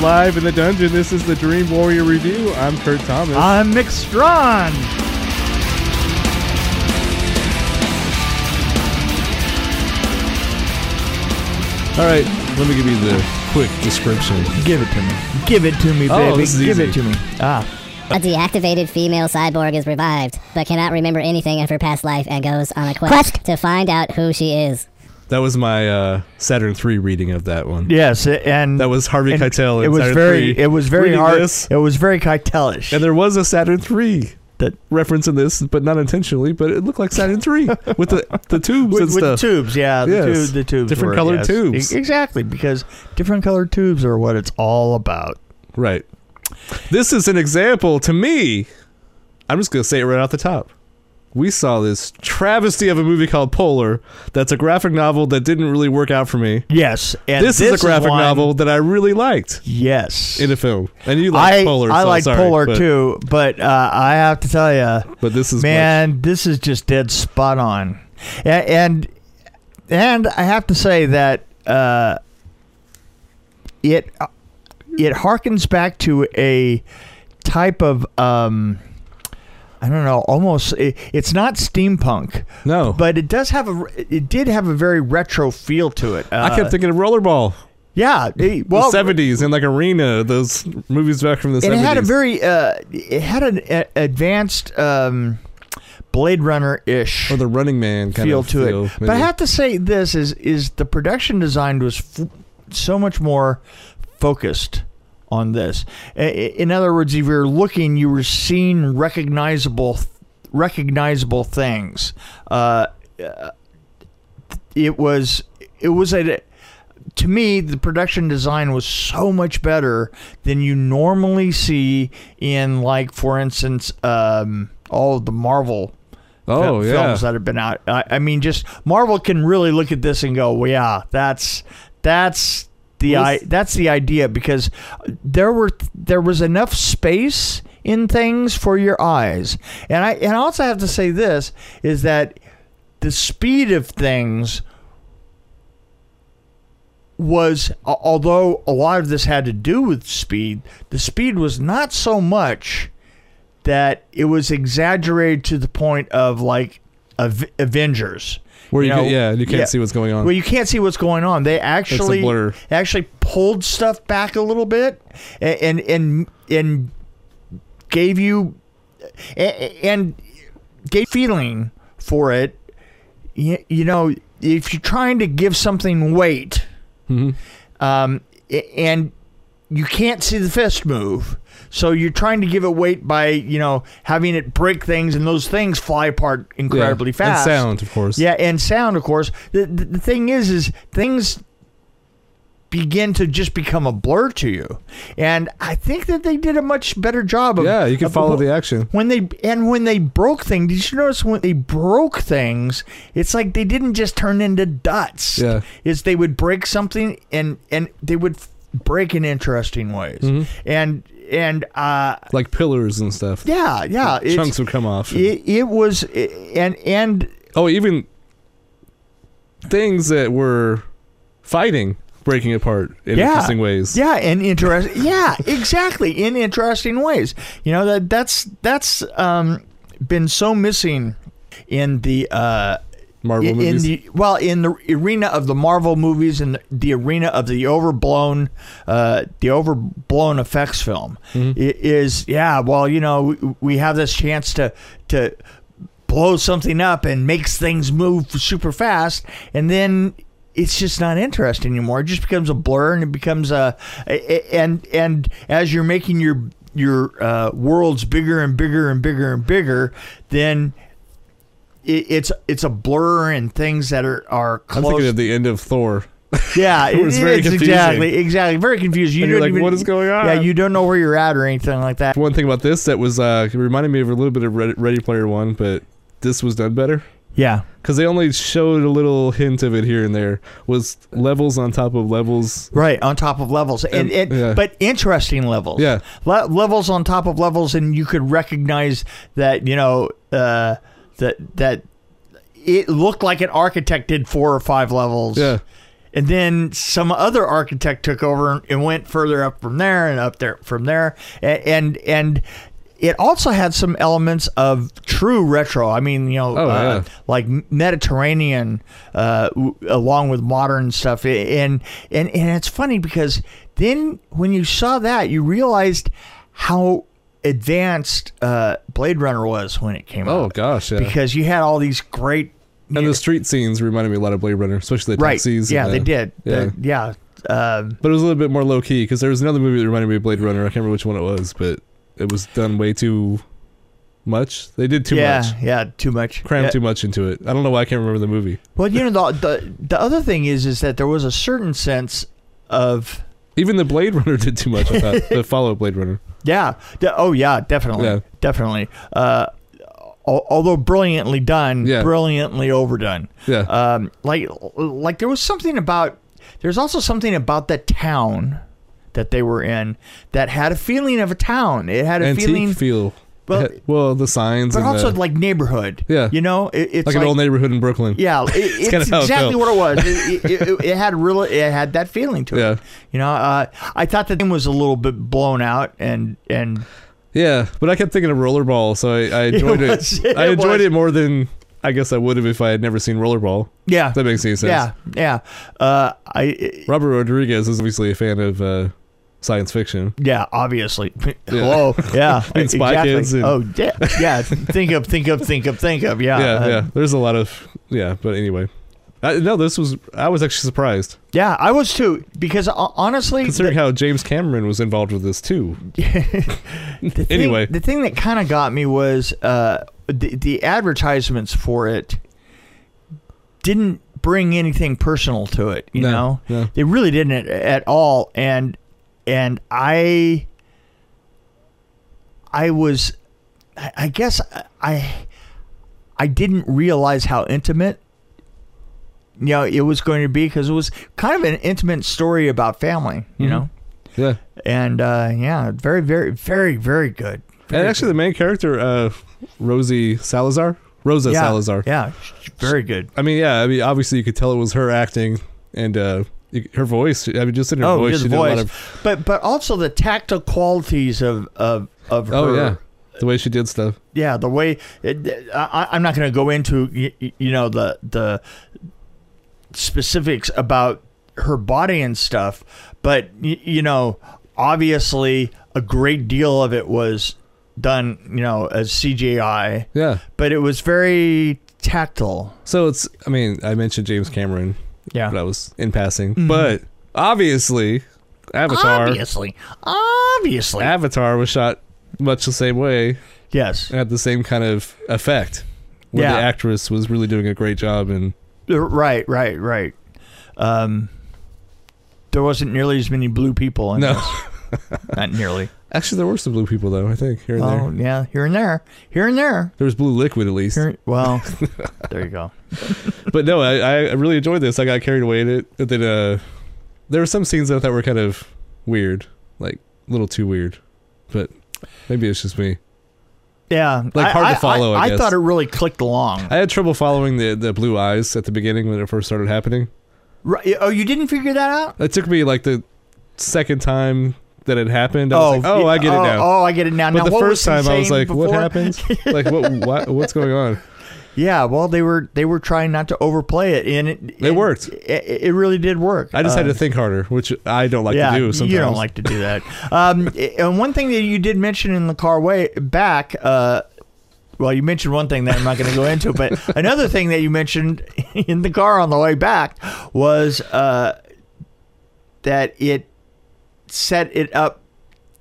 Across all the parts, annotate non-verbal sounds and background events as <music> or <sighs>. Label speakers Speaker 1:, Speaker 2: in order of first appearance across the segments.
Speaker 1: live in the dungeon. This is the Dream Warrior Review. I'm Kurt Thomas.
Speaker 2: I'm Mick Strawn.
Speaker 3: All right, let me give you the quick description.
Speaker 2: Give it to me. Give it to me,
Speaker 3: Oh,
Speaker 2: baby.
Speaker 3: this is
Speaker 2: Give
Speaker 3: easy.
Speaker 2: it to me. Ah,
Speaker 4: A deactivated female cyborg is revived, but cannot remember anything of her past life and goes on a quest, to find out who she is.
Speaker 3: That was my uh, Saturn III reading of that one.
Speaker 2: yes, and
Speaker 3: That was Harvey
Speaker 2: and
Speaker 3: Keitel. in
Speaker 2: It was
Speaker 3: Saturn
Speaker 2: very.
Speaker 3: III
Speaker 2: It was very
Speaker 3: reading
Speaker 2: hard.
Speaker 3: this.
Speaker 2: It was very Keitelish.
Speaker 3: And there was a Saturn III
Speaker 2: That-
Speaker 3: reference in this, but not intentionally. But it looked like Saturn
Speaker 2: <laughs>
Speaker 3: III with the the tubes
Speaker 2: with,
Speaker 3: and
Speaker 2: with the
Speaker 3: stuff.
Speaker 2: tubes, yeah, the,
Speaker 3: Yes.
Speaker 2: tube, the tubes,
Speaker 3: Different
Speaker 2: were,
Speaker 3: colored
Speaker 2: yes.
Speaker 3: tubes.
Speaker 2: E- exactly because different colored tubes are what it's all about.
Speaker 3: Right. This is an example to me. I'm just going to say it right off the top. We saw this travesty of a movie called Polar. That's a graphic novel that didn't really work out for me.
Speaker 2: Yes, and
Speaker 3: This, is a graphic
Speaker 2: one-
Speaker 3: novel that I really liked
Speaker 2: Yes,
Speaker 3: in a film, and you like
Speaker 2: I
Speaker 3: Polar.
Speaker 2: I
Speaker 3: so
Speaker 2: like
Speaker 3: sorry,
Speaker 2: polar
Speaker 3: but,
Speaker 2: too, but uh, I have to tell you,
Speaker 3: But this is
Speaker 2: man, this is just dead spot on, A- and and I have to say that uh, it uh, it harkens back to a type of um, I don't know, almost it, it's not steampunk,
Speaker 3: much- no.
Speaker 2: but it does have a it did have a very retro feel to it.
Speaker 3: I
Speaker 2: Uh,
Speaker 3: kept thinking of Rollerball,
Speaker 2: yeah, it- well,
Speaker 3: the '70s, and like Arena, those movies back from the
Speaker 2: and
Speaker 3: '70s.
Speaker 2: it had a very uh, it had an a- advanced um, Blade Runner ish
Speaker 3: or Oh, the Running Man kind
Speaker 2: feel
Speaker 3: of
Speaker 2: to
Speaker 3: feel,
Speaker 2: it. But I
Speaker 3: maybe.
Speaker 2: have to say this is is the production design was f- so much more focused on this. I- i- In other words, if you're looking, you were seeing recognizable recognizable things. Uh, uh, it was it was a to me the production design was so much better than you normally see in like for instance um, all of the Marvel fi-
Speaker 3: oh yeah,
Speaker 2: films that have been out. I, I mean, just Marvel can really look at this and go, well, yeah, that's that's the
Speaker 3: Well,
Speaker 2: I,
Speaker 3: this-
Speaker 2: that's the idea because there were there was enough space in things for your eyes, and I and I also have to say this is that the speed of things was al- although a lot of this had to do with speed the speed was not so much that it was exaggerated to the point of like Av- Avengers,
Speaker 3: where you,
Speaker 2: you know,
Speaker 3: can, yeah, and you can't
Speaker 2: yeah.
Speaker 3: see what's going on.
Speaker 2: well, you can't see what's going on. They actually
Speaker 3: blur.
Speaker 2: actually pulled stuff back a little bit a- and and and gave you a- a- and gave feeling for it. You, you know, if you're trying to give something weight,
Speaker 3: Mhm.
Speaker 2: um, a- and you can't see the fist move. So you're trying to give it weight by, you know, having it break things and those things fly apart
Speaker 3: Yeah.
Speaker 2: incredibly
Speaker 3: And
Speaker 2: fast.
Speaker 3: sound, of course.
Speaker 2: Yeah, and sound, of course. The, the, the thing is, is things begin to just become a blur to you, and I think that they did a much better job of.
Speaker 3: yeah, you can
Speaker 2: of-
Speaker 3: follow the action.
Speaker 2: When they and when they broke things, did you notice when they broke things? It's like they didn't just turn into dust.
Speaker 3: Yeah.
Speaker 2: is they would break something and and they would f- break in interesting ways,
Speaker 3: Mhm.
Speaker 2: and and uh
Speaker 3: like pillars and stuff.
Speaker 2: yeah yeah it's-
Speaker 3: chunks would come off.
Speaker 2: It, it was and and
Speaker 3: oh, even things that were fighting breaking apart in
Speaker 2: Yeah.
Speaker 3: interesting ways.
Speaker 2: Yeah, and interest. yeah, exactly. In interesting ways. You know that that's that's um, been so missing in the uh,
Speaker 3: Marvel
Speaker 2: in, in
Speaker 3: movies.
Speaker 2: the well in the arena of the Marvel movies and the, the arena of the overblown uh, the overblown effects film
Speaker 3: Mm-hmm.
Speaker 2: i- is yeah. Well, you know we, we have this chance to to blow something up and makes things move super fast and then it's just not interesting anymore it just becomes a blur and it becomes a, a- a- and and as you're making your your uh, worlds bigger and bigger and bigger and bigger then it, it's it's a blur and things that are are
Speaker 3: I'm
Speaker 2: close
Speaker 3: thinking of the end of Thor.
Speaker 2: yeah
Speaker 3: <laughs> It was very
Speaker 2: it's
Speaker 3: confusing.
Speaker 2: exactly exactly very confused you
Speaker 3: And you're
Speaker 2: don't
Speaker 3: like, "What is going on?"
Speaker 2: yeah you don't know where you're at or anything like that
Speaker 3: One thing about this that was uh, it reminded me of a little bit of Ready, Ready Player One, but this was done better
Speaker 2: yeah
Speaker 3: because they only showed a little hint of it here and there. Was levels on top of levels.
Speaker 2: Right on top of levels, and,
Speaker 3: And-
Speaker 2: and-
Speaker 3: yeah.
Speaker 2: but interesting levels.
Speaker 3: Yeah.
Speaker 2: Le- levels on top of levels, and you could recognize that you know uh, that that it looked like an architect did four or five levels.
Speaker 3: Yeah,
Speaker 2: And then some other architect took over and- and went further up from there and up there from there. A- And and it also had some elements of true retro. I mean, you know,
Speaker 3: Oh,
Speaker 2: uh,
Speaker 3: yeah.
Speaker 2: like Mediterranean uh, w- along with modern stuff. And and and it's funny because then when you saw that, you realized how advanced uh, Blade Runner was when it came out.
Speaker 3: Oh gosh, yeah.
Speaker 2: Because you had all these great
Speaker 3: and the street scenes reminded me a lot of Blade Runner, especially the
Speaker 2: right.
Speaker 3: taxis. and
Speaker 2: yeah,
Speaker 3: the-
Speaker 2: they did.
Speaker 3: Yeah.
Speaker 2: The- yeah. Um,
Speaker 3: But it was a little bit more low key because there was another movie that reminded me of Blade Runner. I can't remember which one it was, but it was done way too much. They did too
Speaker 2: yeah,
Speaker 3: much,
Speaker 2: yeah, too much.
Speaker 3: crammed
Speaker 2: yeah.
Speaker 3: too much into it. I don't know why I can't remember the movie.
Speaker 2: Well, you know the, the the other thing is is that there was a certain sense of
Speaker 3: Even the Blade Runner did too much. I
Speaker 2: <laughs>
Speaker 3: thought the follow up Blade Runner.
Speaker 2: yeah, de- oh yeah, definitely,
Speaker 3: Yeah.
Speaker 2: definitely. Uh, al- although brilliantly done,
Speaker 3: Yeah.
Speaker 2: brilliantly overdone.
Speaker 3: Yeah,
Speaker 2: Um, like like there was something about there's also something about the town that they were in that had a feeling of a town. It had a
Speaker 3: antique
Speaker 2: feeling,
Speaker 3: feel.
Speaker 2: Well-
Speaker 3: well, the signs,
Speaker 2: but
Speaker 3: and
Speaker 2: also
Speaker 3: the,
Speaker 2: like neighborhood.
Speaker 3: Yeah.
Speaker 2: you know, it, it's
Speaker 3: like
Speaker 2: like,
Speaker 3: an old neighborhood in Brooklyn. <laughs>
Speaker 2: Yeah, it, it's,
Speaker 3: kinda how it
Speaker 2: exactly
Speaker 3: felt.
Speaker 2: what it
Speaker 3: <laughs>
Speaker 2: was. It, it, it, it had really, it had that feeling to it.
Speaker 3: Yeah.
Speaker 2: You know, uh, I thought the thing was a little bit blown out, and and
Speaker 3: Yeah, but I kept thinking of Rollerball, so I,
Speaker 2: <laughs>
Speaker 3: I
Speaker 2: It
Speaker 3: enjoyed it.
Speaker 2: was- it
Speaker 3: I enjoyed
Speaker 2: was.
Speaker 3: it more than I guess I would have if I had never seen Rollerball.
Speaker 2: yeah,
Speaker 3: If that makes any sense.
Speaker 2: yeah, yeah. Uh, I
Speaker 3: Robert Rodriguez is obviously a fan of uh, science fiction.
Speaker 2: yeah, obviously. <laughs> Hello,
Speaker 3: <laughs>
Speaker 2: yeah,
Speaker 3: And Spy
Speaker 2: exactly.
Speaker 3: Kids and-
Speaker 2: Oh yeah, yeah. Think of, think of, think of, think of. Yeah,
Speaker 3: <laughs> yeah,
Speaker 2: uh,
Speaker 3: yeah. There's a lot of yeah, but anyway. I, no, this was I was actually surprised
Speaker 2: yeah. I was too because uh, honestly,
Speaker 3: considering how James Cameron was involved with this too. <laughs>
Speaker 2: the <laughs> thing-
Speaker 3: Anyway.
Speaker 2: the thing that kind of got me was uh, the the advertisements for it didn't bring anything personal to it. You
Speaker 3: No,
Speaker 2: know,
Speaker 3: no.
Speaker 2: they really didn't at, at all. And and I I was I I guess I I didn't realize how intimate. You know, it was going to be because it was kind of an intimate story about family, you
Speaker 3: Mhm.
Speaker 2: know?
Speaker 3: Yeah,
Speaker 2: and uh, yeah, very, very, very, very good.
Speaker 3: and actually the main character, uh, Rosie Salazar, Rosa
Speaker 2: yeah,
Speaker 3: Salazar.
Speaker 2: yeah, very good.
Speaker 3: I mean, yeah. I mean, obviously you could tell it was her acting and uh, you- her voice. I mean, just in her
Speaker 2: oh,
Speaker 3: voice,
Speaker 2: his
Speaker 3: she did a
Speaker 2: voice,
Speaker 3: lot of
Speaker 2: but but also the tactile qualities of of of her.
Speaker 3: oh yeah, the way she did stuff.
Speaker 2: yeah, the way it, I, I'm not going to go into you, you know the the specifics about her body and stuff, but y- you know, obviously a great deal of it was done, you know, as CGI,
Speaker 3: Yeah.
Speaker 2: but it was very tactile.
Speaker 3: So it's. I mean, I mentioned James Cameron.
Speaker 2: Yeah.
Speaker 3: That was in passing,
Speaker 2: Mm-hmm.
Speaker 3: but obviously, Avatar.
Speaker 2: Obviously. Obviously.
Speaker 3: Avatar was shot much the same way
Speaker 2: yes.
Speaker 3: and had the same kind of effect. Where
Speaker 2: Yeah.
Speaker 3: the actress was really doing a great job and
Speaker 2: Uh, Right, right, right. Um, there wasn't nearly as many blue people. In
Speaker 3: No.
Speaker 2: <laughs>
Speaker 3: <laughs>
Speaker 2: this. Not nearly.
Speaker 3: actually there were some blue people though, I think, here and
Speaker 2: Oh,
Speaker 3: there.
Speaker 2: yeah. Here and there. Here and there.
Speaker 3: There was blue liquid at least.
Speaker 2: Here, well, there you go.
Speaker 3: <laughs> But no, I, I really enjoyed this. I got carried away in it. And then uh there were some scenes that I thought were kind of weird. Like a little too weird. But maybe it's just me.
Speaker 2: Yeah.
Speaker 3: Like,
Speaker 2: I-
Speaker 3: hard to
Speaker 2: I-
Speaker 3: follow, I guess.
Speaker 2: thought it really clicked along.
Speaker 3: I had trouble following the, the blue eyes at the beginning when it first started happening.
Speaker 2: Right. Oh, you didn't figure that out?
Speaker 3: It took me like the second time that it happened. I was like, Oh, I get it
Speaker 2: oh,
Speaker 3: now.
Speaker 2: Oh, I get it now.
Speaker 3: But
Speaker 2: now,
Speaker 3: the
Speaker 2: what
Speaker 3: first
Speaker 2: was
Speaker 3: time I was
Speaker 2: saying
Speaker 3: like, "What
Speaker 2: before?
Speaker 3: happened?
Speaker 2: <laughs>
Speaker 3: like, what, what? What's going on?"
Speaker 2: Yeah, well, they were they were trying not to overplay it, and it
Speaker 3: It worked.
Speaker 2: It, it really did work.
Speaker 3: I just had to
Speaker 2: Uh,
Speaker 3: think harder, which I don't like
Speaker 2: yeah,
Speaker 3: to do. Sometimes
Speaker 2: you don't like to do that.
Speaker 3: <laughs>
Speaker 2: um, and one thing that you did mention in the car way back, uh, well, you mentioned one thing that I'm not going to go
Speaker 3: <laughs>
Speaker 2: into, but another thing that you mentioned <laughs> in the car on the way back was uh, that it set it up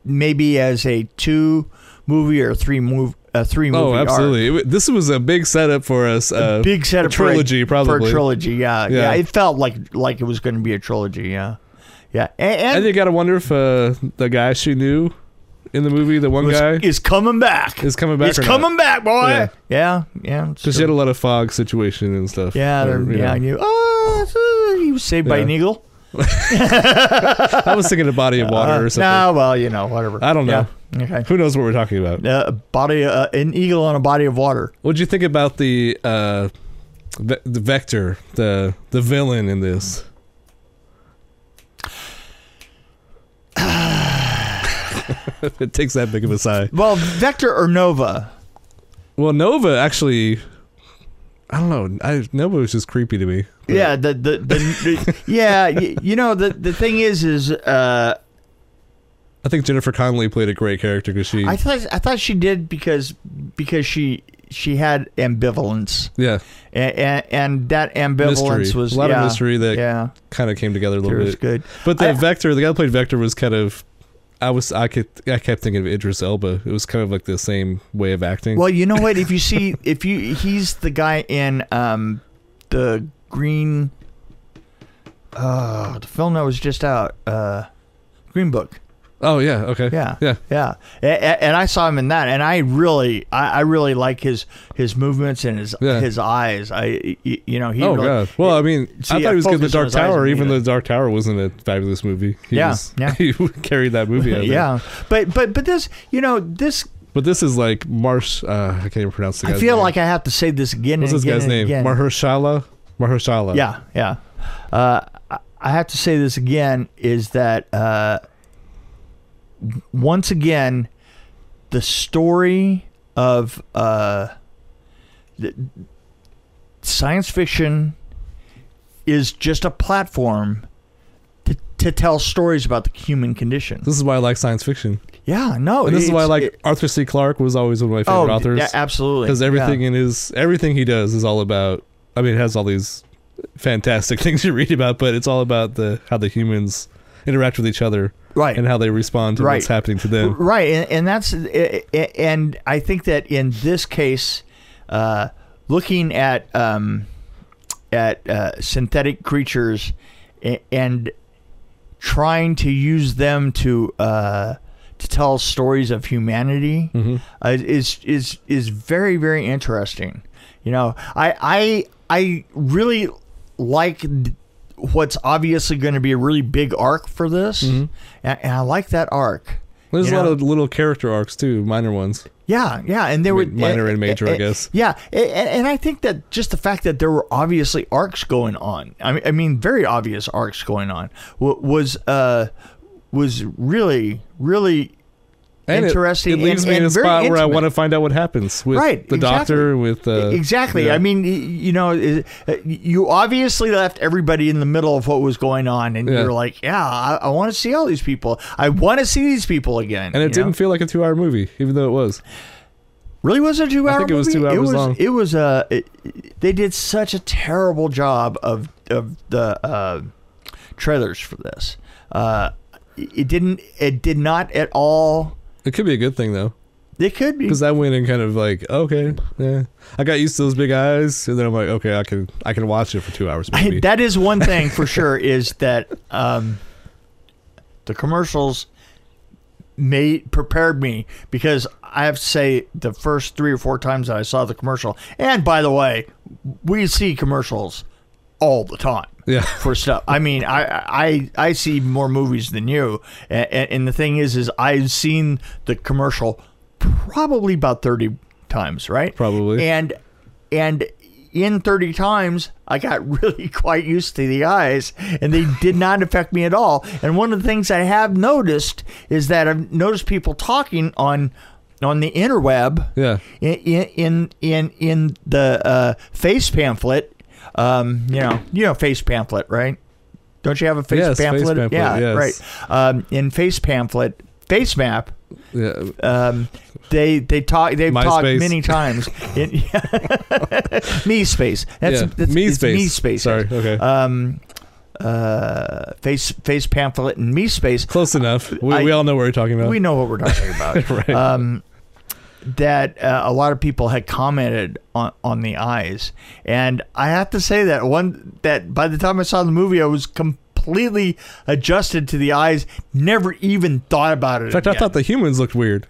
Speaker 2: maybe as a two movie or three move a three movie.
Speaker 3: Oh,
Speaker 2: arc.
Speaker 3: absolutely. It w- This was a big setup for us. Uh,
Speaker 2: Big
Speaker 3: a
Speaker 2: set of
Speaker 3: trilogy,
Speaker 2: for a,
Speaker 3: probably.
Speaker 2: for a trilogy. Yeah, yeah,
Speaker 3: Yeah.
Speaker 2: It felt like like it was going to be a trilogy. Yeah, yeah. And, and
Speaker 3: And you gotta wonder if uh, the guy she knew in the movie, the one
Speaker 2: was-
Speaker 3: guy,
Speaker 2: is coming back.
Speaker 3: is coming back.
Speaker 2: it's
Speaker 3: or
Speaker 2: coming back, boy.
Speaker 3: Yeah.
Speaker 2: Yeah, yeah. it's
Speaker 3: Because she
Speaker 2: true.
Speaker 3: had a lot of fog situation and stuff.
Speaker 2: yeah,
Speaker 3: Or,
Speaker 2: they're-
Speaker 3: you
Speaker 2: yeah.
Speaker 3: know.
Speaker 2: You, oh, so he was saved by
Speaker 3: Yeah.
Speaker 2: an
Speaker 3: <laughs>
Speaker 2: eagle.
Speaker 3: I was thinking a body of water
Speaker 2: <laughs> Uh,
Speaker 3: or something.
Speaker 2: No, well, you know, whatever.
Speaker 3: I don't know.
Speaker 2: Yeah. Okay.
Speaker 3: Who knows what we're talking about?
Speaker 2: Uh, a body, uh, an eagle on a body of water.
Speaker 3: What'd you think about the uh, ve- the vector, the the villain in this? <sighs> if it takes that big of a sigh.
Speaker 2: Well, Vector or Nova.
Speaker 3: Well, Nova actually, I don't know. I, Nova was just creepy to me. But-
Speaker 2: Yeah, the the, the <laughs> yeah. y- You know the the thing is is uh,
Speaker 3: I think Jennifer Connelly played a great character because she.
Speaker 2: I thought I thought she did because because she she had ambivalence
Speaker 3: yeah,
Speaker 2: and, and that ambivalence
Speaker 3: mystery.
Speaker 2: was
Speaker 3: a lot
Speaker 2: yeah,
Speaker 3: of mystery that
Speaker 2: Yeah,
Speaker 3: kind of came together a
Speaker 2: it
Speaker 3: little
Speaker 2: was
Speaker 3: bit.
Speaker 2: good.
Speaker 3: But the
Speaker 2: I-
Speaker 3: Vector, the guy who played Vector, was kind of. I was I kept I kept thinking of Idris Elba. It was kind of like the same way of acting.
Speaker 2: Well, you know what?
Speaker 3: <laughs>
Speaker 2: If you see, if you, he's the guy in um, the green. Uh, the film that was just out, uh, Green Book.
Speaker 3: Oh yeah, okay.
Speaker 2: Yeah,
Speaker 3: Yeah.
Speaker 2: yeah. A- a- And, I saw him in that, and I really, I, I really like his his movements and his
Speaker 3: Yeah.
Speaker 2: his eyes. I, y- you know, he.
Speaker 3: oh
Speaker 2: really, <laughs>
Speaker 3: god. Well, I mean,
Speaker 2: See,
Speaker 3: I thought
Speaker 2: I
Speaker 3: he was good in the
Speaker 2: focused on
Speaker 3: Dark
Speaker 2: his eyes
Speaker 3: Tower,
Speaker 2: and
Speaker 3: even
Speaker 2: he-
Speaker 3: though the Dark Tower wasn't a fabulous movie. He
Speaker 2: Yeah,
Speaker 3: was, <laughs>
Speaker 2: yeah.
Speaker 3: He carried that
Speaker 2: <laughs>
Speaker 3: movie. Out of
Speaker 2: yeah. But but but this, you know, this.
Speaker 3: It. But this is like Marsh. Uh, I can't even pronounce the.
Speaker 2: I
Speaker 3: Guy's
Speaker 2: feel
Speaker 3: name.
Speaker 2: like I have to say this again.
Speaker 3: what's
Speaker 2: and
Speaker 3: this
Speaker 2: again
Speaker 3: guy's
Speaker 2: and
Speaker 3: name?
Speaker 2: Again.
Speaker 3: Mahershala. Mahershala.
Speaker 2: Yeah, yeah. Uh, I- I have to say this again is that uh, w- once again, the story of uh, th- science fiction is just a platform to, to tell stories about the human condition.
Speaker 3: This is why I like science fiction.
Speaker 2: Yeah, no.
Speaker 3: And Oh, this is why I
Speaker 2: it's-
Speaker 3: like
Speaker 2: it-
Speaker 3: Arthur C. Clarke was always one of my
Speaker 2: oh,
Speaker 3: favorite authors.
Speaker 2: yeah, absolutely.
Speaker 3: because
Speaker 2: yeah.
Speaker 3: everything in his everything he does is all about i mean it has all these fantastic <laughs> things you read about but it's all about the how the humans interact with each other
Speaker 2: right.
Speaker 3: and how they respond to what's
Speaker 2: Right.
Speaker 3: happening to them
Speaker 2: Right, and, and that's a- a- and I think that in this case, uh, looking at um, at uh, synthetic creatures a- and trying to use them to uh, to tell stories of humanity
Speaker 3: Mhm.
Speaker 2: uh, is is is very very interesting. You know, I I I really like th- what's obviously going to be a really big arc for this,
Speaker 3: Mhm.
Speaker 2: and, and I like that arc.
Speaker 3: there's
Speaker 2: You
Speaker 3: a lot
Speaker 2: know?
Speaker 3: of little character arcs too minor ones
Speaker 2: Yeah, yeah, and there were
Speaker 3: Mi- minor and major, I
Speaker 2: eh, eh,
Speaker 3: guess.
Speaker 2: Yeah, and, and I think that just the fact that there were obviously arcs going on. I mean, I mean, very obvious arcs going on wa- was uh was really really
Speaker 3: and it-
Speaker 2: Interesting
Speaker 3: it,
Speaker 2: and-
Speaker 3: leaves me in
Speaker 2: and
Speaker 3: a
Speaker 2: very
Speaker 3: spot where i
Speaker 2: intimate.
Speaker 3: want to find out what happens with
Speaker 2: Right,
Speaker 3: the doctor with uh,
Speaker 2: e, exactly.
Speaker 3: yeah.
Speaker 2: I mean, y- you know, i- uh, you obviously left everybody in the middle of what was going on, and
Speaker 3: Yeah.
Speaker 2: you're like, yeah, I, I want to see all these people. I want to see these people again.
Speaker 3: and
Speaker 2: you
Speaker 3: it
Speaker 2: know?
Speaker 3: didn't feel like a two-hour movie even though it was
Speaker 2: Really, was it a two hour?
Speaker 3: I think it was
Speaker 2: movie?
Speaker 3: two hours
Speaker 2: it was,
Speaker 3: long.
Speaker 2: It was uh, it- it- they did such a terrible job of of the uh, trailers for this. Uh, it didn't. It did not at all.
Speaker 3: it could be a good thing though
Speaker 2: They could be.
Speaker 3: because I went in kind of like okay, yeah. I got used to those big eyes, and then I'm like, okay, I can I can watch it for two hours.
Speaker 2: I-
Speaker 3: Maybe.
Speaker 2: that is one
Speaker 3: <laughs>
Speaker 2: thing for sure. Is that um, the commercials made prepared me because I have to say the first three or four times that I saw the commercial. And by the way, we see commercials all the time.
Speaker 3: yeah.
Speaker 2: for stuff. I mean, I I I see more movies than you, and, and the thing is, is I've seen the commercial probably about thirty times, right?
Speaker 3: Probably.
Speaker 2: And and in thirty times, I got <laughs> really quite used to the eyes, and they did not affect me at all. And one of the things I have noticed is that I've noticed people talking on on the interweb
Speaker 3: Yeah.
Speaker 2: in in in in the uh, face pamphlet. Um, you know, you know, face pamphlet, right? Don't you have a face
Speaker 3: Yes, face
Speaker 2: pamphlet?
Speaker 3: pamphlet,
Speaker 2: yeah,
Speaker 3: yes.
Speaker 2: right. Um, in face pamphlet, face map.
Speaker 3: Yeah.
Speaker 2: Um, they they talk they've talked
Speaker 3: MySpace.
Speaker 2: many times. <laughs> In, me space. That's,
Speaker 3: yeah.
Speaker 2: that's
Speaker 3: me
Speaker 2: it's
Speaker 3: space.
Speaker 2: Me space.
Speaker 3: Sorry. Okay.
Speaker 2: Um, uh, face face pamphlet and me space.
Speaker 3: Close enough. We,
Speaker 2: I-
Speaker 3: we all know what you're talking about. <laughs>
Speaker 2: We know what we're talking about.
Speaker 3: Right. <laughs>
Speaker 2: um, that uh, a lot of people had commented on, on the eyes, and I have to say that one that by the time I saw the movie, I was completely adjusted to the eyes. Never even thought about it.
Speaker 3: In fact, I thought the humans looked weird.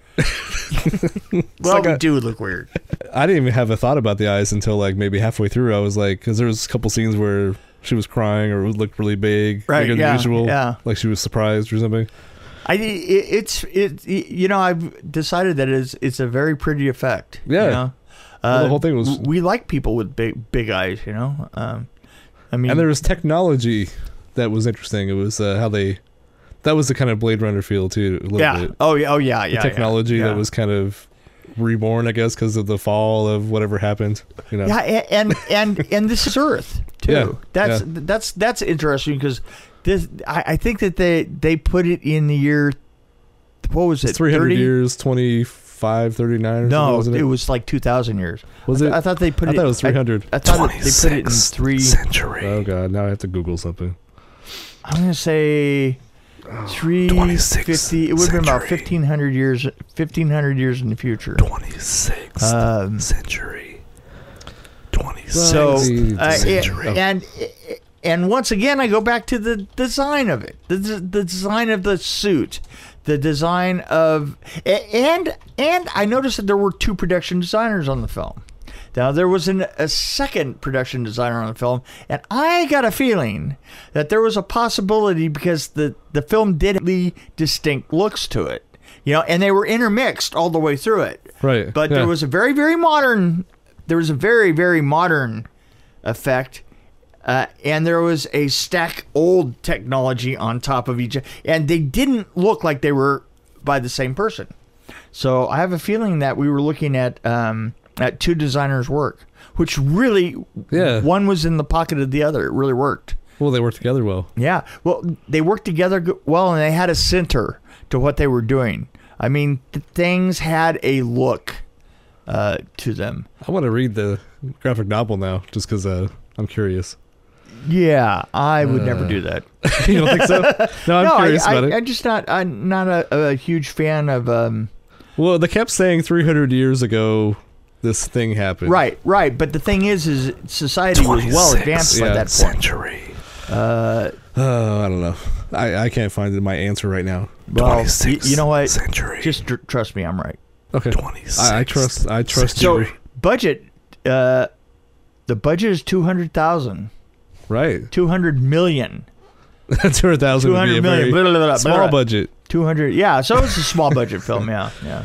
Speaker 2: well,
Speaker 3: <laughs> like
Speaker 2: we
Speaker 3: a-
Speaker 2: do look weird.
Speaker 3: I didn't even have a thought about the eyes until like maybe halfway through. I was like, because there was a couple scenes where she was crying or looked really big,
Speaker 2: Right,
Speaker 3: bigger
Speaker 2: yeah,
Speaker 3: than usual,
Speaker 2: yeah.
Speaker 3: like she was surprised or something.
Speaker 2: I it, it's it you know I've decided that it's it's a very pretty effect. you
Speaker 3: Yeah.
Speaker 2: know? Uh,
Speaker 3: Well, the whole thing was-
Speaker 2: w- we like people with big big eyes. You know. Um, I mean,
Speaker 3: And there was technology that was interesting. It was uh, how they that was the kind of Blade Runner feel too. A little
Speaker 2: yeah.
Speaker 3: bit.
Speaker 2: Oh yeah. Oh yeah. Yeah. yeah,
Speaker 3: technology
Speaker 2: yeah.
Speaker 3: that was kind of reborn, I guess, because of the fall of whatever happened. You know,
Speaker 2: Yeah, a- and and and this is Earth
Speaker 3: <laughs>
Speaker 2: too.
Speaker 3: Yeah,
Speaker 2: That's
Speaker 3: yeah.
Speaker 2: that's that's interesting because this I, I think that they they put it in the year what was it
Speaker 3: it's 300
Speaker 2: 30?
Speaker 3: years, 25, 39 or something,
Speaker 2: No,
Speaker 3: wasn't
Speaker 2: it was like two thousand years.
Speaker 3: Was
Speaker 2: I,
Speaker 3: it?
Speaker 2: I thought they put
Speaker 3: I
Speaker 2: it.
Speaker 3: thought it was 300.
Speaker 2: I, I thought that they put it in three.
Speaker 5: century.
Speaker 3: oh god, now I have to Google something.
Speaker 2: I'm gonna say three fifty. It would have been about
Speaker 5: century.
Speaker 2: fifteen hundred years. Fifteen hundred years in the future.
Speaker 5: 26th
Speaker 3: Uh,
Speaker 2: Um,
Speaker 5: century. 26th
Speaker 2: So,
Speaker 3: Sixteenth
Speaker 2: uh, it-
Speaker 5: century.
Speaker 2: and and once again, I go back to the design of it, the, the the design of the suit, the design of a- and and I noticed that there were two production designers on the film. Now there was an, a second production designer on the film, and I got a feeling that there was a possibility because the the film did have really distinct looks to it, you know, and they were intermixed all the way through it.
Speaker 3: Right,
Speaker 2: <laughs> But
Speaker 3: yeah.
Speaker 2: there was a very very modern, there was a very very modern effect. Uh, and there was a stack old technology on top of each, and they didn't look like they were by the same person. So I have a feeling that we were looking at um, at two designers' work, which really,
Speaker 3: Yeah.
Speaker 2: one was in the pocket of the other. It really worked.
Speaker 3: Well, they work together well.
Speaker 2: Yeah. Well, they worked together g- well, and they had a center to what they were doing. I mean, th- things had a look uh, to them.
Speaker 3: I want to read the graphic novel now, just because uh, I'm curious. <laughs>
Speaker 2: Yeah, I would never
Speaker 3: Uh,
Speaker 2: do that.
Speaker 3: you don't
Speaker 2: <laughs>
Speaker 3: think so? No, I'm
Speaker 2: no,
Speaker 3: curious
Speaker 2: I,
Speaker 3: about
Speaker 2: I,
Speaker 3: it.
Speaker 2: I'm just not. I'm not a, a huge fan of. Um,
Speaker 3: well, they kept saying 300 years ago this thing happened.
Speaker 2: right, right. But the thing is, is society was well
Speaker 5: 26th
Speaker 2: advanced by
Speaker 3: Yeah.
Speaker 2: that point.
Speaker 5: century.
Speaker 2: Uh,
Speaker 3: Oh, I don't know. I, I can't find my answer right now.
Speaker 2: well, y-
Speaker 5: 26th
Speaker 2: you know what?
Speaker 5: Century.
Speaker 2: Just tr- trust me, I'm right.
Speaker 3: Okay.
Speaker 5: 26th
Speaker 3: uh, I, I trust. I trust
Speaker 2: So
Speaker 3: you.
Speaker 2: budget, uh, the budget is 200,000,
Speaker 3: Right. <laughs>
Speaker 2: 200 million,
Speaker 3: Two hundred thousand would be
Speaker 2: 200
Speaker 3: a
Speaker 2: million, blah,
Speaker 3: very
Speaker 2: blah, blah, blah,
Speaker 3: small
Speaker 2: blah.
Speaker 3: budget.
Speaker 2: 200. Yeah, so it's a small budget film. Yeah, yeah,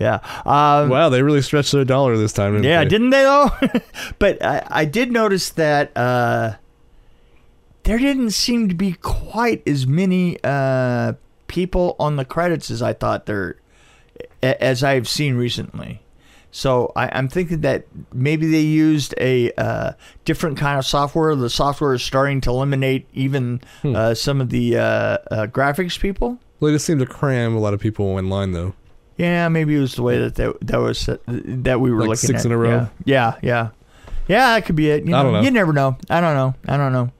Speaker 2: yeah. Um,
Speaker 3: Wow, they really stretched their dollar this time. Didn't
Speaker 2: Yeah,
Speaker 3: they?
Speaker 2: didn't they though? <laughs> but I, I did notice that uh, there didn't seem to be quite as many uh, people on the credits as I thought there, a- as I've seen recently. So I, I'm thinking that maybe they used a uh, different kind of software. The software is starting to eliminate even
Speaker 3: Hmm.
Speaker 2: uh, some of the uh, uh, graphics people.
Speaker 3: Well, they just seemed to cram a lot of people in line though.
Speaker 2: Yeah, maybe it was the way that that, that was uh, that we were
Speaker 3: Like
Speaker 2: looking
Speaker 3: six
Speaker 2: at.
Speaker 3: in a row?
Speaker 2: Yeah, yeah, yeah, yeah. That could be it. You know,
Speaker 3: I don't know.
Speaker 2: You never know. I don't know. I don't know.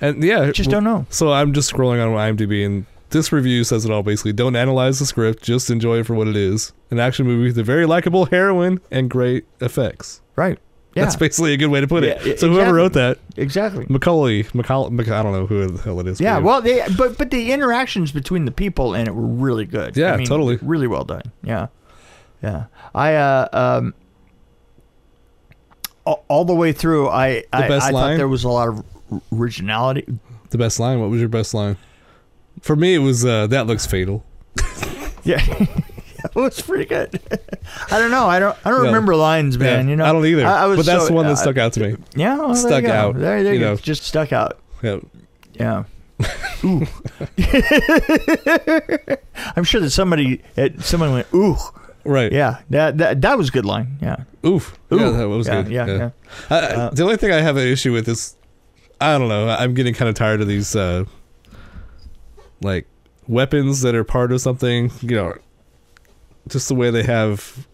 Speaker 3: And yeah,
Speaker 2: Just
Speaker 3: well,
Speaker 2: don't know.
Speaker 3: So I'm just scrolling on IMDb, and this review says it all. Basically, don't analyze the script; just enjoy it for what it is. An action movie with a very likable heroine and great effects.
Speaker 2: Right. Yeah.
Speaker 3: That's basically a good way to put it.
Speaker 2: Yeah, e-
Speaker 3: so whoever
Speaker 2: exactly.
Speaker 3: wrote that,
Speaker 2: exactly.
Speaker 3: Macaulay, Macaulay, Mac- I don't know who the hell it is.
Speaker 2: Yeah.
Speaker 3: but-
Speaker 2: Well, they but but the interactions between the people in it were really good.
Speaker 3: Yeah,
Speaker 2: I mean,
Speaker 3: totally.
Speaker 2: Really well done. Yeah, yeah. I uh um. a- All the way through, I I,
Speaker 3: best
Speaker 2: I
Speaker 3: line?
Speaker 2: thought there was a lot of r- originality.
Speaker 3: the best line. What was your best line? For me, it was uh, that looks fatal.
Speaker 2: Yeah. <laughs> It was pretty good. <laughs> I don't know. I don't. I don't
Speaker 3: Yeah.
Speaker 2: remember lines, man.
Speaker 3: Yeah,
Speaker 2: you know,
Speaker 3: I don't either.
Speaker 2: I, I was
Speaker 3: but that's
Speaker 2: so-
Speaker 3: the one that
Speaker 2: uh,
Speaker 3: stuck out to me.
Speaker 2: Yeah, well, there
Speaker 3: stuck
Speaker 2: you go.
Speaker 3: out,
Speaker 2: There, there
Speaker 3: you
Speaker 2: you
Speaker 3: know.
Speaker 2: go. Just stuck out.
Speaker 3: Yeah. <laughs>
Speaker 2: Yeah. Ooh. <laughs> I'm sure that somebody, uh, someone went, ooh,
Speaker 3: Right.
Speaker 2: yeah. That that, that was a good line. Yeah.
Speaker 3: Oof.
Speaker 2: Ooh.
Speaker 3: Yeah, that was
Speaker 2: yeah,
Speaker 3: good.
Speaker 2: Yeah, yeah.
Speaker 3: I- I-
Speaker 2: Uh,
Speaker 3: the only thing I have an issue with is, I don't know. I'm getting kind of tired of these, uh, like, weapons that are part of something. You know, just the way they have.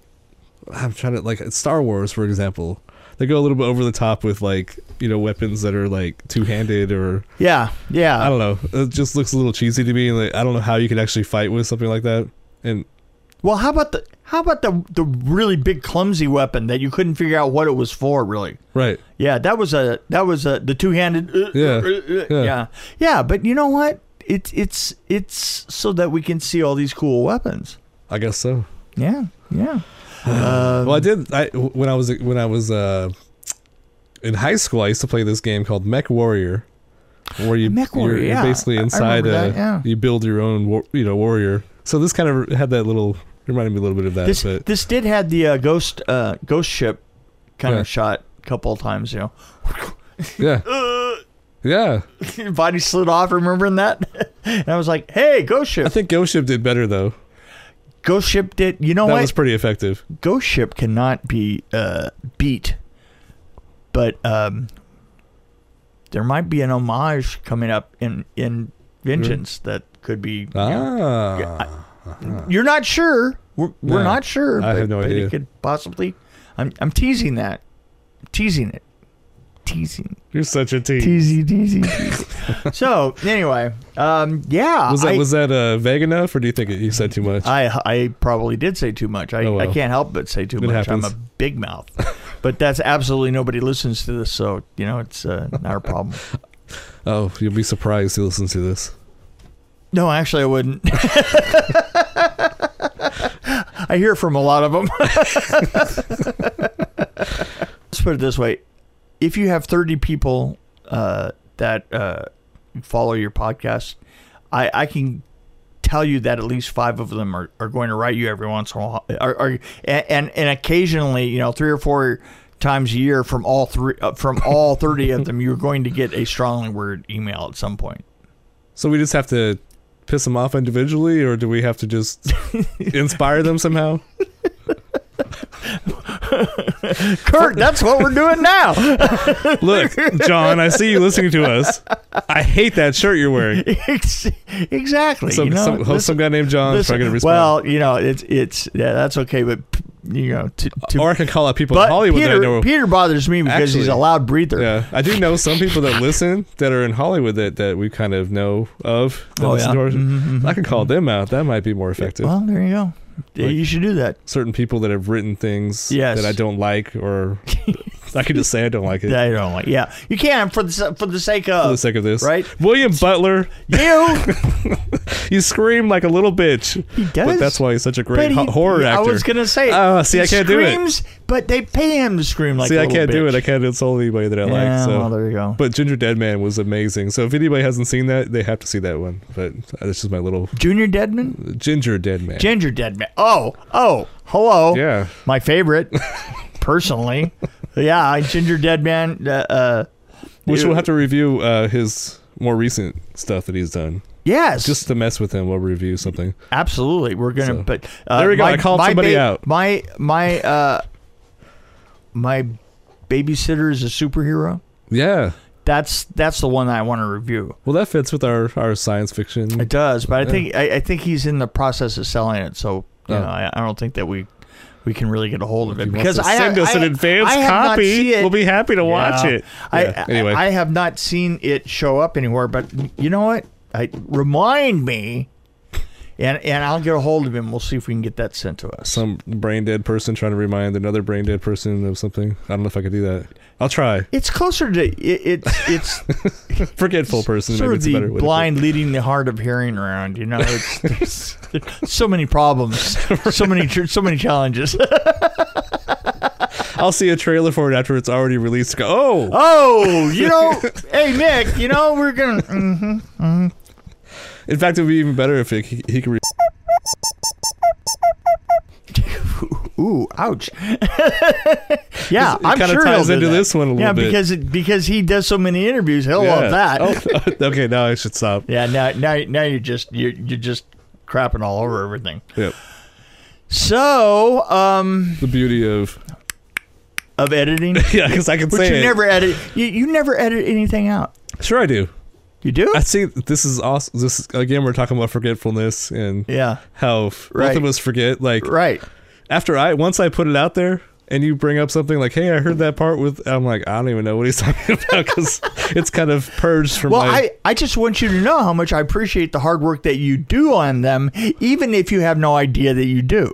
Speaker 3: I'm trying to like Star Wars, for example. They go a little bit over the top with like you know weapons that are like two handed or
Speaker 2: Yeah. Yeah.
Speaker 3: I don't know. It just looks a little cheesy to me. and, Like I don't know how you can actually fight with something like that. And
Speaker 2: Well, how about the how about the the really big clumsy weapon that you couldn't figure out what it was for, really?
Speaker 3: right,
Speaker 2: Yeah, that was a that was a the uh, two handed.
Speaker 3: Yeah, yeah.
Speaker 2: yeah, yeah, yeah. But you know what? It's it's it's so that we can see all these cool weapons.
Speaker 3: I guess so.
Speaker 2: Yeah, yeah. <sighs> Um,
Speaker 3: Well, I did. I when I was when I was uh, in high school, I used to play this game called Mech Warrior, where you
Speaker 2: Mech Warrior,
Speaker 3: you're,
Speaker 2: yeah.
Speaker 3: you're basically
Speaker 2: I- I
Speaker 3: inside a
Speaker 2: remember that, yeah.
Speaker 3: you build your own war, you know warrior. So this kind of had that little reminded me a little bit of that.
Speaker 2: This <laughs>
Speaker 3: but
Speaker 2: this did have the uh, ghost uh, ghost ship kind
Speaker 3: Yeah.
Speaker 2: of shot a couple of times. You <laughs>
Speaker 3: yeah,
Speaker 2: know,
Speaker 3: yeah,
Speaker 2: body slid off. Remembering that? <laughs> And I was like, hey, Ghost
Speaker 3: I
Speaker 2: Ship.
Speaker 3: think Ghost Ship did better though.
Speaker 2: Ghost Ship did. You know
Speaker 3: that
Speaker 2: what?
Speaker 3: was pretty effective.
Speaker 2: Ghost Ship cannot be uh, beat, but um, there might be an homage coming up in in Vengeance that could be. you know,
Speaker 3: Mm-hmm. Ah,
Speaker 2: You're not sure. We're, we're
Speaker 3: No,
Speaker 2: not sure.
Speaker 3: I
Speaker 2: but,
Speaker 3: have no
Speaker 2: but
Speaker 3: idea.
Speaker 2: It could possibly. I'm I'm teasing that, teasing it, teasing,
Speaker 3: you're such a tease.
Speaker 2: teasy,
Speaker 3: <laughs>
Speaker 2: teasy. teasy. so anyway, um, yeah.
Speaker 3: Was that
Speaker 2: I,
Speaker 3: was that uh, vague enough, or do you think you said too much?
Speaker 2: I I probably did say too much. I,
Speaker 3: Oh, well.
Speaker 2: I can't help but say too
Speaker 3: It
Speaker 2: much. I'm
Speaker 3: happens.
Speaker 2: a big mouth, but that's absolutely nobody listens to this, so you know it's uh, not our problem.
Speaker 3: oh, you'll be surprised who listens to this.
Speaker 2: No, actually, I wouldn't. <laughs> I hear from a lot of them. <laughs> Let's put it this way: if you have 30 people uh, that uh, follow your podcast, I, I can tell you that at least five of them are, are going to write you every once in a while, are, are, and and occasionally, you know, three or four times a year from all three uh, from all 30 of them, you're going to get a strongly worded email at some point.
Speaker 3: So we just have to piss them off individually, or do we have to
Speaker 2: <laughs>
Speaker 3: just inspire them somehow?
Speaker 2: Kurt, that's what we're doing now.
Speaker 3: Look, John, I see you listening to us. I hate that shirt you're wearing.
Speaker 2: <laughs> Ex- exactly.
Speaker 3: Some,
Speaker 2: you know,
Speaker 3: some, hope
Speaker 2: listen-
Speaker 3: some guy named John is
Speaker 2: listen,
Speaker 3: probably gonna respond.
Speaker 2: well, you know, it's it's yeah, that's okay, but you know, to, to
Speaker 3: or I can call out people
Speaker 2: but
Speaker 3: in Hollywood that I
Speaker 2: Peter,
Speaker 3: know.
Speaker 2: Peter bothers me because he's
Speaker 3: Actually,
Speaker 2: a loud breather.
Speaker 3: Yeah, I do know some people that listen that are in Hollywood that, that we kind of know of. that
Speaker 2: Oh,
Speaker 3: listen
Speaker 2: yeah.
Speaker 3: to our-
Speaker 2: Mhm, mhm,
Speaker 3: I could call them out. That might be more effective.
Speaker 2: Well, there you go. Yeah,
Speaker 3: Like-
Speaker 2: you should do that. <laughs>
Speaker 3: Certain people that have written things
Speaker 2: Yes.
Speaker 3: that I don't like, or I could just say I don't like it
Speaker 2: I don't like. Yeah, you can for the s- for the sake
Speaker 3: for the
Speaker 2: of
Speaker 3: sake of this. <laughs>
Speaker 2: right.
Speaker 3: William Butler,
Speaker 2: you.
Speaker 3: you scream like a little bitch.
Speaker 2: He does.
Speaker 3: But that's why he's such a
Speaker 2: But
Speaker 3: great
Speaker 2: he-
Speaker 3: ho- horror
Speaker 2: I
Speaker 3: actor.
Speaker 2: was gonna say.
Speaker 3: Oh, see,
Speaker 2: he
Speaker 3: I can't do it.
Speaker 2: screams, But they pay him to scream like.
Speaker 3: See,
Speaker 2: I
Speaker 3: I can't do it. I can't insult anybody that I
Speaker 2: yeah,
Speaker 3: like. So.
Speaker 2: well, there you go.
Speaker 3: But Ginger Dead Man was amazing. So if anybody hasn't seen that, they have to see that one. But that's just my little
Speaker 2: Junior Deadman,
Speaker 3: Ginger Dead Man.
Speaker 2: Ginger Deadman. Oh, oh, hello.
Speaker 3: yeah.
Speaker 2: my
Speaker 3: <laughs>
Speaker 2: favorite personally yeah I- ginger dead man uh, uh
Speaker 3: Which
Speaker 2: Dude.
Speaker 3: we'll have to review uh, his more recent stuff that he's done.
Speaker 2: yes
Speaker 3: Just to mess with him, we'll review something.
Speaker 2: absolutely we're gonna
Speaker 3: So-
Speaker 2: but uh,
Speaker 3: There we go, I called somebody
Speaker 2: ba-
Speaker 3: out.
Speaker 2: my my uh my babysitter is a superhero
Speaker 3: Yeah.
Speaker 2: that's that's the one i want to review
Speaker 3: Well, that fits with our, our science fiction.
Speaker 2: it does but i think I, I think he's in the process of selling it so you
Speaker 3: Oh.
Speaker 2: know I, I don't think that we we can really get a hold of
Speaker 3: If
Speaker 2: it
Speaker 3: he wants
Speaker 2: because
Speaker 3: to
Speaker 2: I
Speaker 3: send
Speaker 2: have,
Speaker 3: us
Speaker 2: I-
Speaker 3: an advance
Speaker 2: I have not
Speaker 3: copy.
Speaker 2: seen it.
Speaker 3: We'll be happy to watch
Speaker 2: Yeah.
Speaker 3: it.
Speaker 2: I,
Speaker 3: Yeah, anyway,
Speaker 2: I I have not seen it show up anywhere, but you know what? I remind me, and and I'll get a hold of him. We'll see if we can get that sent to us.
Speaker 3: some brain dead person trying to remind another brain dead person of something. I don't know if I could do that. I'll try.
Speaker 2: It's closer to it,
Speaker 3: <laughs>
Speaker 2: it's it's
Speaker 3: Forgetful person.
Speaker 2: sort
Speaker 3: maybe
Speaker 2: of
Speaker 3: it's a better
Speaker 2: the
Speaker 3: way to put it.
Speaker 2: blind leading the hard of hearing around. You know,
Speaker 3: <laughs>
Speaker 2: it's, there's, there's so many problems, so many tr- so many challenges.
Speaker 3: I'll see a trailer for it after it's already released. Go, oh,
Speaker 2: oh, you know, hey Nick, you know we're gonna. mhm.
Speaker 3: In fact, it would be even better if it, he, he could. Re-
Speaker 2: Ooh, <laughs> ouch. yeah,
Speaker 3: it
Speaker 2: I'm
Speaker 3: kinda
Speaker 2: sure
Speaker 3: ties
Speaker 2: he'll do
Speaker 3: into
Speaker 2: that.
Speaker 3: this one a little
Speaker 2: yeah,
Speaker 3: bit.
Speaker 2: because it, because he does so many interviews, he'll love that.
Speaker 3: Oh, <laughs> okay, now I should stop.
Speaker 2: Yeah, now now now you're just you're you're just crapping all over everything.
Speaker 3: Yep.
Speaker 2: So, um,
Speaker 3: The beauty of
Speaker 2: of editing,
Speaker 3: yeah, because I can <laughs>
Speaker 2: but
Speaker 3: say
Speaker 2: you
Speaker 3: it.
Speaker 2: never edit you, you never edit anything out.
Speaker 3: Sure, I do.
Speaker 2: You do?
Speaker 3: I see. This is awesome. This is- again, we're talking about forgetfulness and
Speaker 2: <laughs> yeah,
Speaker 3: how f-
Speaker 2: Right.
Speaker 3: both of us forget. Like
Speaker 2: right.
Speaker 3: after I once I put it out there. And you bring up something like, "Hey, I heard that part with." I'm like, I don't even know what he's <laughs> talking about because it's kind of purged from
Speaker 2: Well,
Speaker 3: my.
Speaker 2: I, I just want you to know how much I appreciate the hard work that you do on them, even if you have no idea that you do.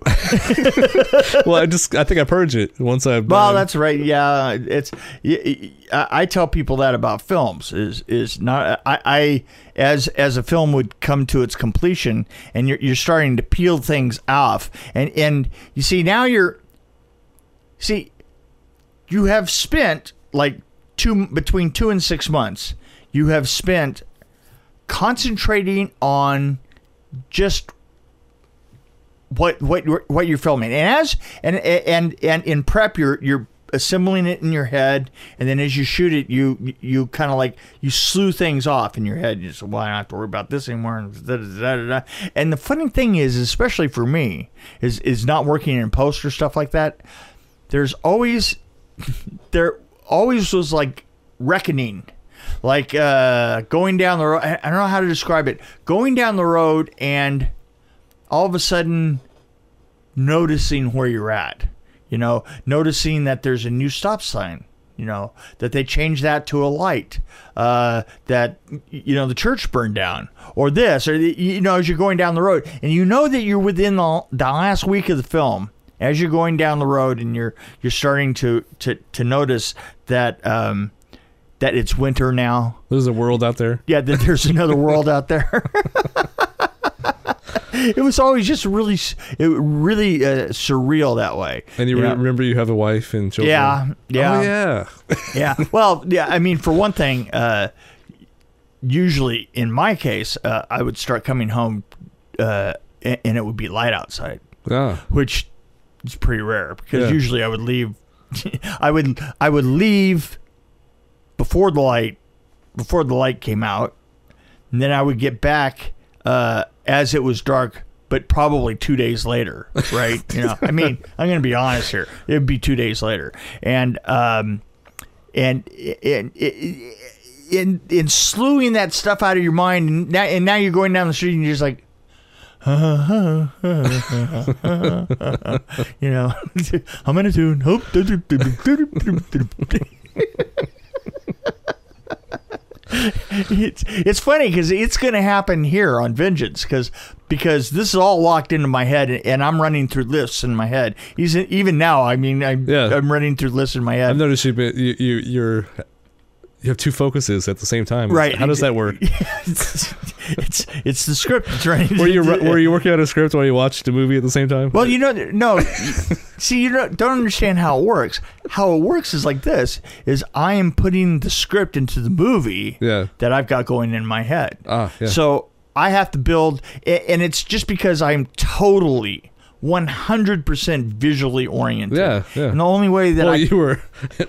Speaker 3: <laughs> well, I just I think I purge it once I've.
Speaker 2: Well,
Speaker 3: done-
Speaker 2: that's right. Yeah, it's. y- y- I I tell people that about films is is not. I, I as as a film would come to its completion, and you're you're starting to peel things off, and and you see now you're. See, you have spent like two between two and six months. You have spent concentrating on just what what you're- what you're filming and as and and and in prep you're you're assembling it in your head, and then as you shoot it, you you kind of like you slew things off in your head. You just well, I don't have to worry about this anymore. And, da, da, da, da, da. and the funny thing is, especially for me, is is not working in post or stuff like that. There's always <laughs> there always was like reckoning like uh going down the road i I don't know how to describe it going down the road and all of a sudden noticing where you're at you know noticing that there's a new stop sign you know that they changed that to a light uh, that y- you know the church burned down or this or y- you know as you're going down the road and you know that you're within the, the last week of the film as you're going down the road and you're you're starting to to, to notice that um, that it's winter now
Speaker 3: There's a world out there.
Speaker 2: yeah, that there's another world out there. it was always just really, s- it really uh, surreal that way.
Speaker 3: And you re-
Speaker 2: Yeah.
Speaker 3: remember you have a wife and children.
Speaker 2: Yeah, yeah,
Speaker 3: Oh, yeah.
Speaker 2: yeah. Well, yeah. I mean, for one thing, uh, usually in my case, uh, I would start coming home, uh, a- and it would be light outside,
Speaker 3: Ah.
Speaker 2: which is pretty rare because
Speaker 3: Yeah.
Speaker 2: usually I would leave. <laughs> I would I would leave before the light before the light came out, and then I would get back uh, as it was dark. But probably two days later, right? you know, I mean, I'm going to be honest here. It'd be two days later, and um, and and. and in, in slewing that stuff out of your mind, and now, and now you're going down the street and you're just like, <laughs> you know, <laughs> I'm in a tune. Hope. <laughs> it's it's funny because it's going to happen here on Vengeance because because this is all locked into my head and I'm running through lists in my head. Even even now, I mean, I'm
Speaker 3: Yeah.
Speaker 2: I'm running through lists in my head.
Speaker 3: I've noticed you've been, you, you, you're, you have two focuses at the same time.
Speaker 2: Right.
Speaker 3: How does that
Speaker 2: <laughs>
Speaker 3: work?
Speaker 2: it's, it's it's the script that's running.
Speaker 3: were you ru- <laughs> were you working on a script while you watched a movie at the same time?
Speaker 2: Well, you know, no. see, you don't, don't understand how it works. How it works is like this: is I am putting the script into the movie
Speaker 3: Yeah.
Speaker 2: that I've got going in my head.
Speaker 3: Ah, yeah.
Speaker 2: So I have to build, a- and it's just because I'm totally. 100% visually oriented.
Speaker 3: Yeah, yeah.
Speaker 2: And the only way
Speaker 3: <laughs>
Speaker 2: that
Speaker 3: Well,
Speaker 2: I
Speaker 3: you were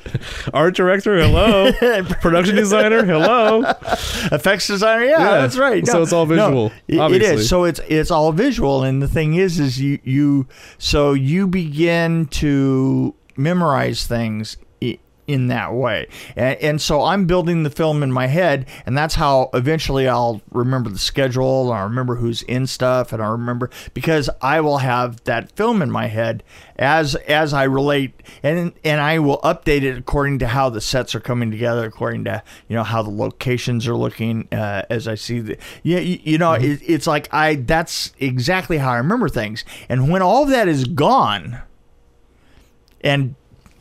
Speaker 3: <laughs> art director.
Speaker 2: <laughs>
Speaker 3: Hello, production designer. Hello.
Speaker 2: effects designer. Yeah,
Speaker 3: Yeah.
Speaker 2: that's right.
Speaker 3: So it's all visual,
Speaker 2: it- It
Speaker 3: obviously.
Speaker 2: is. So it's it's all visual, and the thing is, is you you so you begin to memorize things. i- In that way, and, and so I'm building the film in my head, and that's how eventually I'll remember the schedule, and I remember who's in stuff, and I remember because I will have that film in my head as as I relate, and and I will update it according to how the sets are coming together, according to you know how the locations are looking uh, as I see the yeah you, you know it, it's like I that's exactly how I remember things, and when all of that is gone, and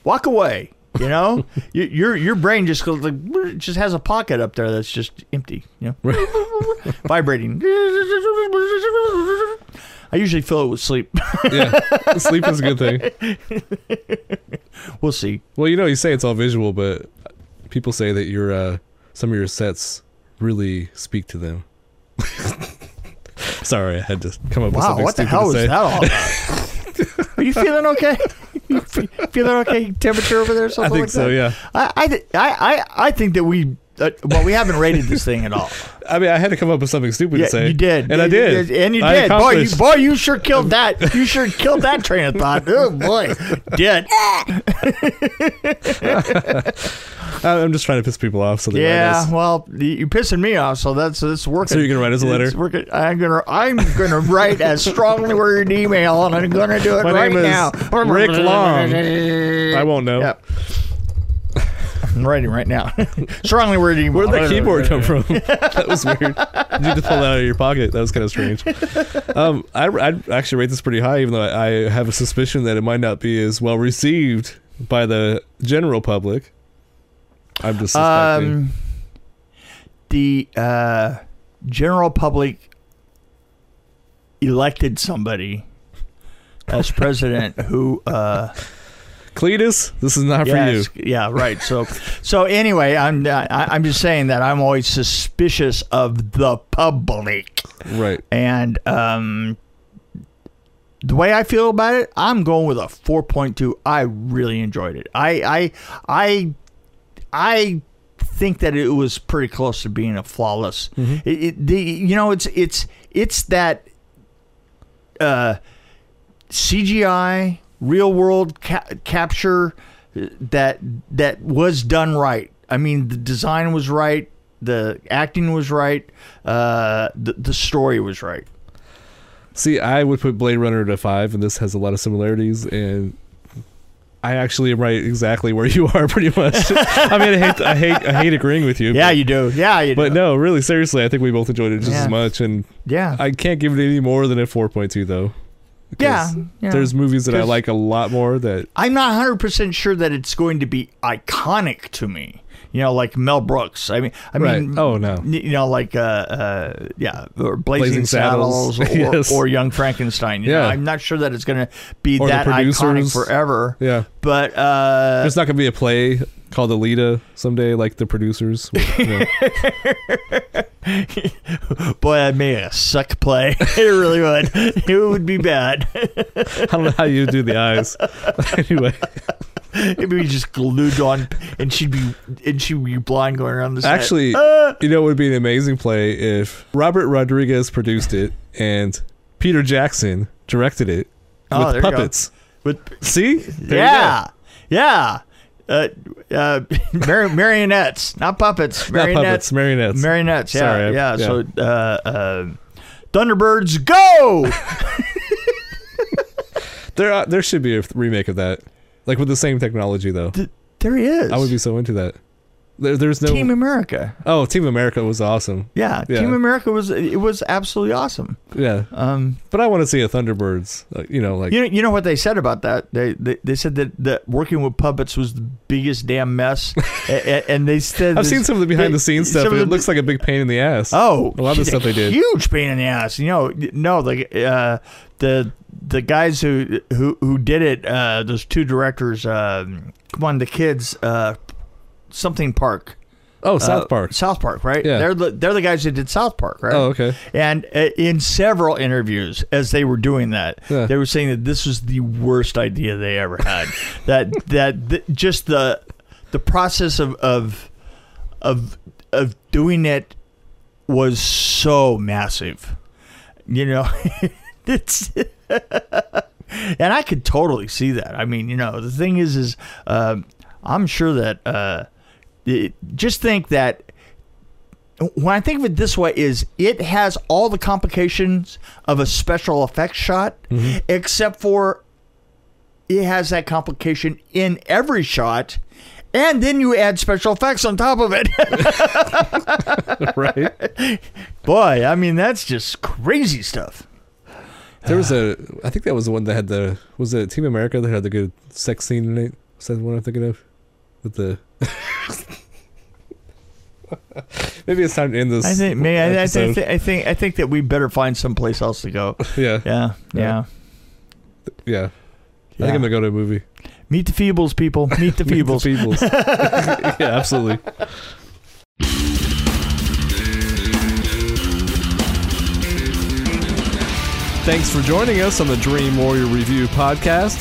Speaker 2: walk away, you know your, your your brain just goes like brr, just has a pocket up there that's just empty, you know, <laughs> vibrating. I usually fill it with sleep. <laughs>
Speaker 3: yeah, sleep is a good thing.
Speaker 2: we'll see.
Speaker 3: Well, you know, you say it's all visual, but people say that your uh, some of your sets really speak to them. <laughs> Sorry, I had to come up with
Speaker 2: Wow,
Speaker 3: something
Speaker 2: what the
Speaker 3: stupid
Speaker 2: hell
Speaker 3: to
Speaker 2: was
Speaker 3: say.
Speaker 2: that all about? <laughs> Are you feeling okay? You fe- feeling okay? Temperature over there? Something
Speaker 3: I think
Speaker 2: like
Speaker 3: so.
Speaker 2: that?
Speaker 3: Yeah.
Speaker 2: I, I, thi- I, I, I think that we, uh, well, we haven't rated this thing
Speaker 3: <laughs>
Speaker 2: at all.
Speaker 3: I mean, I had to come up with something stupid
Speaker 2: Yeah,
Speaker 3: to say.
Speaker 2: you did,
Speaker 3: and I
Speaker 2: You
Speaker 3: did,
Speaker 2: and you
Speaker 3: I
Speaker 2: did. Boy, you,
Speaker 3: accomplished.
Speaker 2: boy, you sure killed that. You sure killed that train of thought. Oh boy, did.
Speaker 3: I- I'm just trying to piss people off. So they write
Speaker 2: Yeah,
Speaker 3: us.
Speaker 2: well, y- you're pissing me off, so that's that's working.
Speaker 3: So you're gonna write us a letter?
Speaker 2: It's working. I'm gonna I'm gonna write a strongly worded email, and I'm gonna do it
Speaker 3: My
Speaker 2: right
Speaker 3: name is
Speaker 2: now.
Speaker 3: Rick Long. I won't know.
Speaker 2: Yep. I'm writing right now. <laughs> Strongly worded email.
Speaker 3: Where'd that keyboard come from? <laughs> that was weird. You had to pull that out of your pocket. That was kind of strange. Um, I, I'd actually rate this pretty high, even though I, I have a suspicion that it might not be as well received by the general public. I'm just suspecting.
Speaker 2: Um, the uh, general public elected somebody as president who. Uh,
Speaker 3: Cletus, this is not
Speaker 2: Yes,
Speaker 3: for you.
Speaker 2: Yeah, right. So, so anyway, I'm I, I'm just saying that I'm always suspicious of the public,
Speaker 3: Right.
Speaker 2: and um, the way I feel about it, I'm going with a 4.2. I really enjoyed it. I I I I think that it was pretty close to being a flawless.
Speaker 3: Mm-hmm.
Speaker 2: It, it, the, you know, it's it's it's that uh, CGI real world ca- capture uh, that that was done right. I mean, the design was right, the acting was right, uh, the the story was right.
Speaker 3: See, I would put Blade Runner at a five, and this has a lot of similarities. And I actually am right exactly where you are, <laughs> pretty much. I mean, I hate, I hate, I hate agreeing with you.
Speaker 2: Yeah,
Speaker 3: but,
Speaker 2: you do. Yeah, you do.
Speaker 3: but no, really, seriously, I think we both enjoyed it just
Speaker 2: Yeah.
Speaker 3: as much, and
Speaker 2: yeah,
Speaker 3: I can't give it any more than a four point two, though.
Speaker 2: yeah,
Speaker 3: 'Cause
Speaker 2: yeah.
Speaker 3: There's movies that I
Speaker 2: 'Cause-
Speaker 3: like a lot more that
Speaker 2: I'm not 100% sure that it's going to be iconic to me. You know, like Mel Brooks. I mean, I
Speaker 3: Right.
Speaker 2: mean,
Speaker 3: Oh, no.
Speaker 2: y- You know, like uh, uh, yeah, or Blazing,
Speaker 3: Blazing
Speaker 2: Saddles,
Speaker 3: Saddles. <laughs>
Speaker 2: or,
Speaker 3: Yes.
Speaker 2: or Young Frankenstein. You
Speaker 3: Yeah.
Speaker 2: know, I'm not sure that it's going to be
Speaker 3: Or the
Speaker 2: that iconic
Speaker 3: producers.
Speaker 2: forever.
Speaker 3: yeah.
Speaker 2: But uh,
Speaker 3: There's not gonna be a play called Alita someday, like the producers. you
Speaker 2: <laughs>
Speaker 3: know.
Speaker 2: boy, I made a suck play. <laughs> it really would. It would be bad. <laughs>
Speaker 3: I don't know how you do the eyes. <laughs> anyway,
Speaker 2: It'd be just glued on, and she'd be and she'd be blind going around the set.
Speaker 3: actually,
Speaker 2: Ah!
Speaker 3: you know, it would be an amazing play if Robert Rodriguez produced it and Peter Jackson directed it
Speaker 2: Oh, there
Speaker 3: with
Speaker 2: you go.
Speaker 3: puppets.
Speaker 2: with
Speaker 3: See? There you
Speaker 2: yeah, yeah. Uh, uh, <laughs> mar- marionettes, not puppets.
Speaker 3: go. Not
Speaker 2: Marionettes,
Speaker 3: puppets, marionettes.
Speaker 2: marionettes. Yeah,
Speaker 3: Sorry, I- yeah.
Speaker 2: yeah. So, uh, uh, Thunderbirds,
Speaker 3: <laughs>
Speaker 2: go!
Speaker 3: there, are, there should be a remake of that, like with the same technology though.
Speaker 2: there he is.
Speaker 3: I would be so into that. There, there's no.
Speaker 2: Team America.
Speaker 3: oh, Team America was awesome.
Speaker 2: Yeah,
Speaker 3: Yeah.
Speaker 2: Team America was it was absolutely awesome.
Speaker 3: Yeah,
Speaker 2: Um,
Speaker 3: but I want to see a Thunderbirds. uh, you know, like
Speaker 2: you know, you know what they said about that? They they, they said that, that working with puppets was the biggest damn mess,
Speaker 3: <laughs>
Speaker 2: and, and they said
Speaker 3: I've seen
Speaker 2: this-
Speaker 3: some of the behind the scenes stuff,
Speaker 2: some
Speaker 3: and
Speaker 2: of
Speaker 3: it
Speaker 2: the-
Speaker 3: looks like a big pain in the ass.
Speaker 2: Oh,
Speaker 3: A lot of the
Speaker 2: shit,
Speaker 3: stuff they did.
Speaker 2: Huge pain in the ass. You know, no, the uh, the the guys who who who did it, uh, those two directors. Um, come on, the kids, uh, something Park.
Speaker 3: oh,
Speaker 2: Uh,
Speaker 3: South Park.
Speaker 2: South Park, right?
Speaker 3: Yeah.
Speaker 2: They're the, they're the guys that did South Park, right?
Speaker 3: Oh, okay.
Speaker 2: And uh, in several interviews, as they were doing that,
Speaker 3: Yeah.
Speaker 2: they were saying that this was the worst idea they ever had. that that th- just the the process of of of of doing it was so massive. You know, <laughs> it's. <laughs> And I could totally see that. I mean, you know, the thing is, is um, I'm sure that uh, it, just think that when I think of it this way, is it has all the complications of a special effects shot,
Speaker 3: Mm-hmm.
Speaker 2: except for it has that complication in every shot, and then you add special effects on top of it.
Speaker 3: <laughs> right?
Speaker 2: <laughs> Boy, I mean, that's just crazy stuff.
Speaker 3: There was a, I think that was the one that had the, was it Team America that had the good sex scene in it? Is that the one I'm thinking of? With the. <laughs> Maybe it's time to end this.
Speaker 2: I think, may I, I,
Speaker 3: episode.
Speaker 2: think, I think, I think that we better find someplace else to go.
Speaker 3: yeah, <laughs> yeah,
Speaker 2: Yeah, yeah.
Speaker 3: I think
Speaker 2: Yeah.
Speaker 3: I'm gonna go to a movie.
Speaker 2: Meet the Feebles, people. Meet
Speaker 3: <laughs>
Speaker 2: the
Speaker 3: Meet the
Speaker 2: Feebles.
Speaker 3: Feebles.
Speaker 2: <laughs>
Speaker 3: <laughs> yeah, absolutely. Thanks for joining us on the Dream Warrior Review podcast.